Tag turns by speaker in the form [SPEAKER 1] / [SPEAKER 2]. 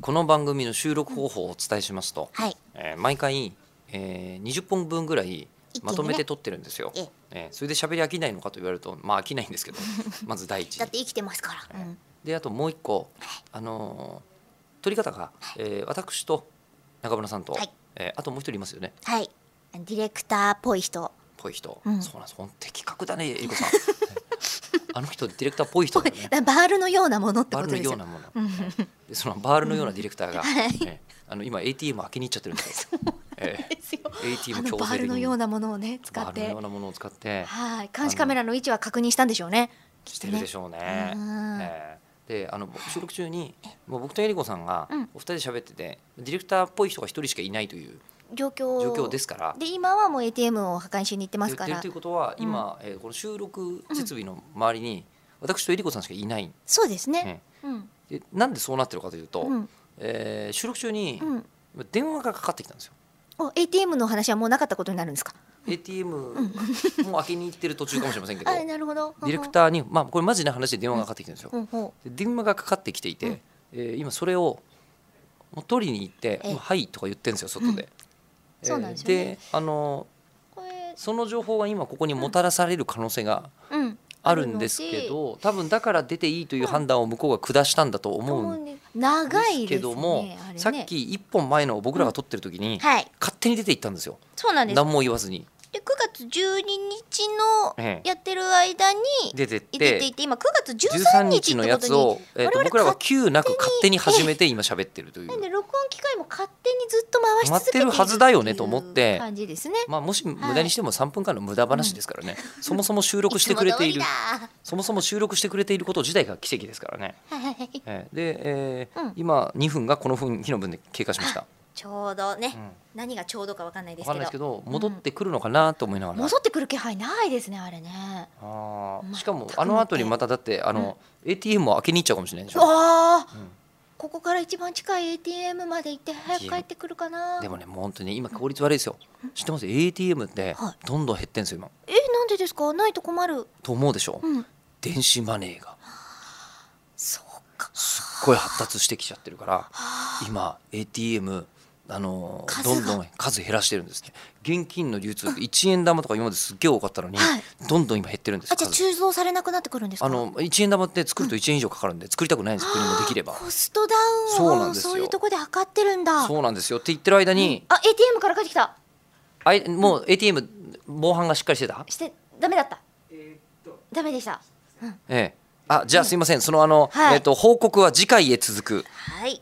[SPEAKER 1] この番組の収録方法をお伝えしますと、
[SPEAKER 2] はい
[SPEAKER 1] えー毎回、えー20本分ぐらい
[SPEAKER 2] 一気にね
[SPEAKER 1] まとめて撮ってるんですよ。
[SPEAKER 2] ええ
[SPEAKER 1] えーそれで喋り飽きないのかと言われるとまあ飽きないんです けどまず第一
[SPEAKER 2] だって生きてますから、うん
[SPEAKER 1] であともう一個、あのー撮り方が、えー私と中村さんと、
[SPEAKER 2] はい
[SPEAKER 1] えーあともう一人いますよね
[SPEAKER 2] はいディレクターっぽい人
[SPEAKER 1] ぽい人、
[SPEAKER 2] うん
[SPEAKER 1] そうなんです本当的確だねえりこさんえあの人ディレクターっぽい人だよ ね
[SPEAKER 2] だからバールのようなものって
[SPEAKER 1] バ
[SPEAKER 2] こ
[SPEAKER 1] ー
[SPEAKER 2] と
[SPEAKER 1] ルのよ
[SPEAKER 2] です
[SPEAKER 1] うな
[SPEAKER 2] よ
[SPEAKER 1] もの、ええでそのバールのようなディレクターが、ええあの今 ATM 開けに行っちゃってるんです よ、ええ
[SPEAKER 2] ですよ
[SPEAKER 1] ATM
[SPEAKER 2] あの
[SPEAKER 1] 強
[SPEAKER 2] バ
[SPEAKER 1] 制
[SPEAKER 2] ール
[SPEAKER 1] 的
[SPEAKER 2] の
[SPEAKER 1] に
[SPEAKER 2] ようなものをね使
[SPEAKER 1] バー
[SPEAKER 2] っ
[SPEAKER 1] ルの
[SPEAKER 2] て
[SPEAKER 1] ようなものを使って
[SPEAKER 2] はい監視カメラの位置は確認したんでしょうねきっ
[SPEAKER 1] し
[SPEAKER 2] と
[SPEAKER 1] てるでしょうね。
[SPEAKER 2] うん
[SPEAKER 1] ええであの収録中にもう僕とえりこさんが
[SPEAKER 2] うん
[SPEAKER 1] お二人で喋ってて、ディレクターっぽい人が一人しかいないという
[SPEAKER 2] 状況
[SPEAKER 1] 状況ですから。
[SPEAKER 2] で今はもう ATM を破壊しに行ってますか
[SPEAKER 1] 言っ
[SPEAKER 2] ら
[SPEAKER 1] てるということは今、えーこの収録設備の周りに私とえりこさんしかいない、
[SPEAKER 2] そうですね
[SPEAKER 1] ね
[SPEAKER 2] うん
[SPEAKER 1] でなんでそうなってるかというと、
[SPEAKER 2] うん
[SPEAKER 1] えー収録中に
[SPEAKER 2] うん
[SPEAKER 1] 電話がかかってきたんですよ。
[SPEAKER 2] お ATM の話はもうなかったことになるんですか
[SPEAKER 1] ATM もう開けに行ってる途中かもしれませんけど
[SPEAKER 2] あ
[SPEAKER 1] デ
[SPEAKER 2] なるほど
[SPEAKER 1] ィレクターに、まあ、これマジな話で電話がかかってきてるんですよ
[SPEAKER 2] う。んうん
[SPEAKER 1] で電話がかかってきていて、えー今それをもう取りに行って「
[SPEAKER 2] ええ
[SPEAKER 1] もうはい」とか言ってるんですよ外で。えー
[SPEAKER 2] そうなんですよね
[SPEAKER 1] あの
[SPEAKER 2] これ
[SPEAKER 1] その情報が今ここにもたらされる可能性が
[SPEAKER 2] うん
[SPEAKER 1] あるんですけど、多分だから出ていいという判断を向こうが下したんだと思
[SPEAKER 2] 思
[SPEAKER 1] う
[SPEAKER 2] うんん
[SPEAKER 1] で
[SPEAKER 2] です長い
[SPEAKER 1] すけ
[SPEAKER 2] です
[SPEAKER 1] ども、
[SPEAKER 2] ねあれね
[SPEAKER 1] さっき1本前の僕らが撮ってる時に、
[SPEAKER 2] はい
[SPEAKER 1] 勝手に出ていったんですよ
[SPEAKER 2] そうなんです
[SPEAKER 1] 何も言わずに
[SPEAKER 2] で9月12日の
[SPEAKER 1] ええ
[SPEAKER 2] やってる間に
[SPEAKER 1] 出てっ
[SPEAKER 2] 出てい
[SPEAKER 1] て
[SPEAKER 2] って今9月
[SPEAKER 1] 13
[SPEAKER 2] 13
[SPEAKER 1] 日
[SPEAKER 2] 日って
[SPEAKER 1] の
[SPEAKER 2] こ
[SPEAKER 1] やつ
[SPEAKER 2] と
[SPEAKER 1] を
[SPEAKER 2] に、
[SPEAKER 1] えーと
[SPEAKER 2] 我々
[SPEAKER 1] 僕らは
[SPEAKER 2] 勝
[SPEAKER 1] 急なく勝手に始めて今喋ってるとい
[SPEAKER 2] なん
[SPEAKER 1] う。
[SPEAKER 2] で録音機械も勝手にずっと回し続けて
[SPEAKER 1] 回
[SPEAKER 2] い
[SPEAKER 1] ってるはずだよねと思って
[SPEAKER 2] いう感じですね
[SPEAKER 1] まあ、もし無駄にしても3分間の無駄話ですからね、そもそも収録してくれている
[SPEAKER 2] つ
[SPEAKER 1] そ
[SPEAKER 2] も
[SPEAKER 1] もそも収録してくれていること自体が奇跡ですからね、
[SPEAKER 2] 通りだはい
[SPEAKER 1] えーで、えー
[SPEAKER 2] うん
[SPEAKER 1] 今2分がこの分日の分で経過しました
[SPEAKER 2] ちょうどね、
[SPEAKER 1] うん
[SPEAKER 2] 何がちょうどかわかんないで
[SPEAKER 1] 分
[SPEAKER 2] す
[SPEAKER 1] か
[SPEAKER 2] け
[SPEAKER 1] ん
[SPEAKER 2] ど
[SPEAKER 1] ないですけど戻ってくるのかなと思いながら、
[SPEAKER 2] 戻ってくる気配ないですねあれね
[SPEAKER 1] あー
[SPEAKER 2] 全く
[SPEAKER 1] しかもあの後にまただってあの、ATM を開けに行っちゃうかもしれないでしょ
[SPEAKER 2] あー、
[SPEAKER 1] うん
[SPEAKER 2] ここから一番近い ATM まで行って早く帰ってくるかな
[SPEAKER 1] でもねもう本当に今効率悪いですよ知ってます ATM って
[SPEAKER 2] は
[SPEAKER 1] どんどん減ってんですよ今
[SPEAKER 2] えなんでですかないと困る
[SPEAKER 1] と思うでしょ、
[SPEAKER 2] うん
[SPEAKER 1] 電子マネーが
[SPEAKER 2] そうか
[SPEAKER 1] すっごい発達してきちゃってるから今 ATM あのー
[SPEAKER 2] 数
[SPEAKER 1] ど
[SPEAKER 2] が
[SPEAKER 1] んどん数減らしてるんですね現金の流通1円玉とか今まですっげえ多かったのに、
[SPEAKER 2] はい
[SPEAKER 1] どんどん今減ってるんです
[SPEAKER 2] あじゃあ
[SPEAKER 1] 数
[SPEAKER 2] 鋳造されなくなってくるんですか
[SPEAKER 1] あの1円玉って作ると1円以上かかるんで作りたくないんです国もできれば
[SPEAKER 2] コストダウン
[SPEAKER 1] そうな
[SPEAKER 2] を
[SPEAKER 1] んですよ
[SPEAKER 2] そういうとこで測ってるんだ
[SPEAKER 1] そうなんですよって言ってる間に、
[SPEAKER 2] あ ATM から帰ってきた
[SPEAKER 1] あいもう ATM 防犯がしっかりしてた
[SPEAKER 2] してダメだったダメでした、うん、
[SPEAKER 1] ええあじゃあすいませんそのあの、
[SPEAKER 2] はい
[SPEAKER 1] えっと報告は次回へ続く
[SPEAKER 2] はい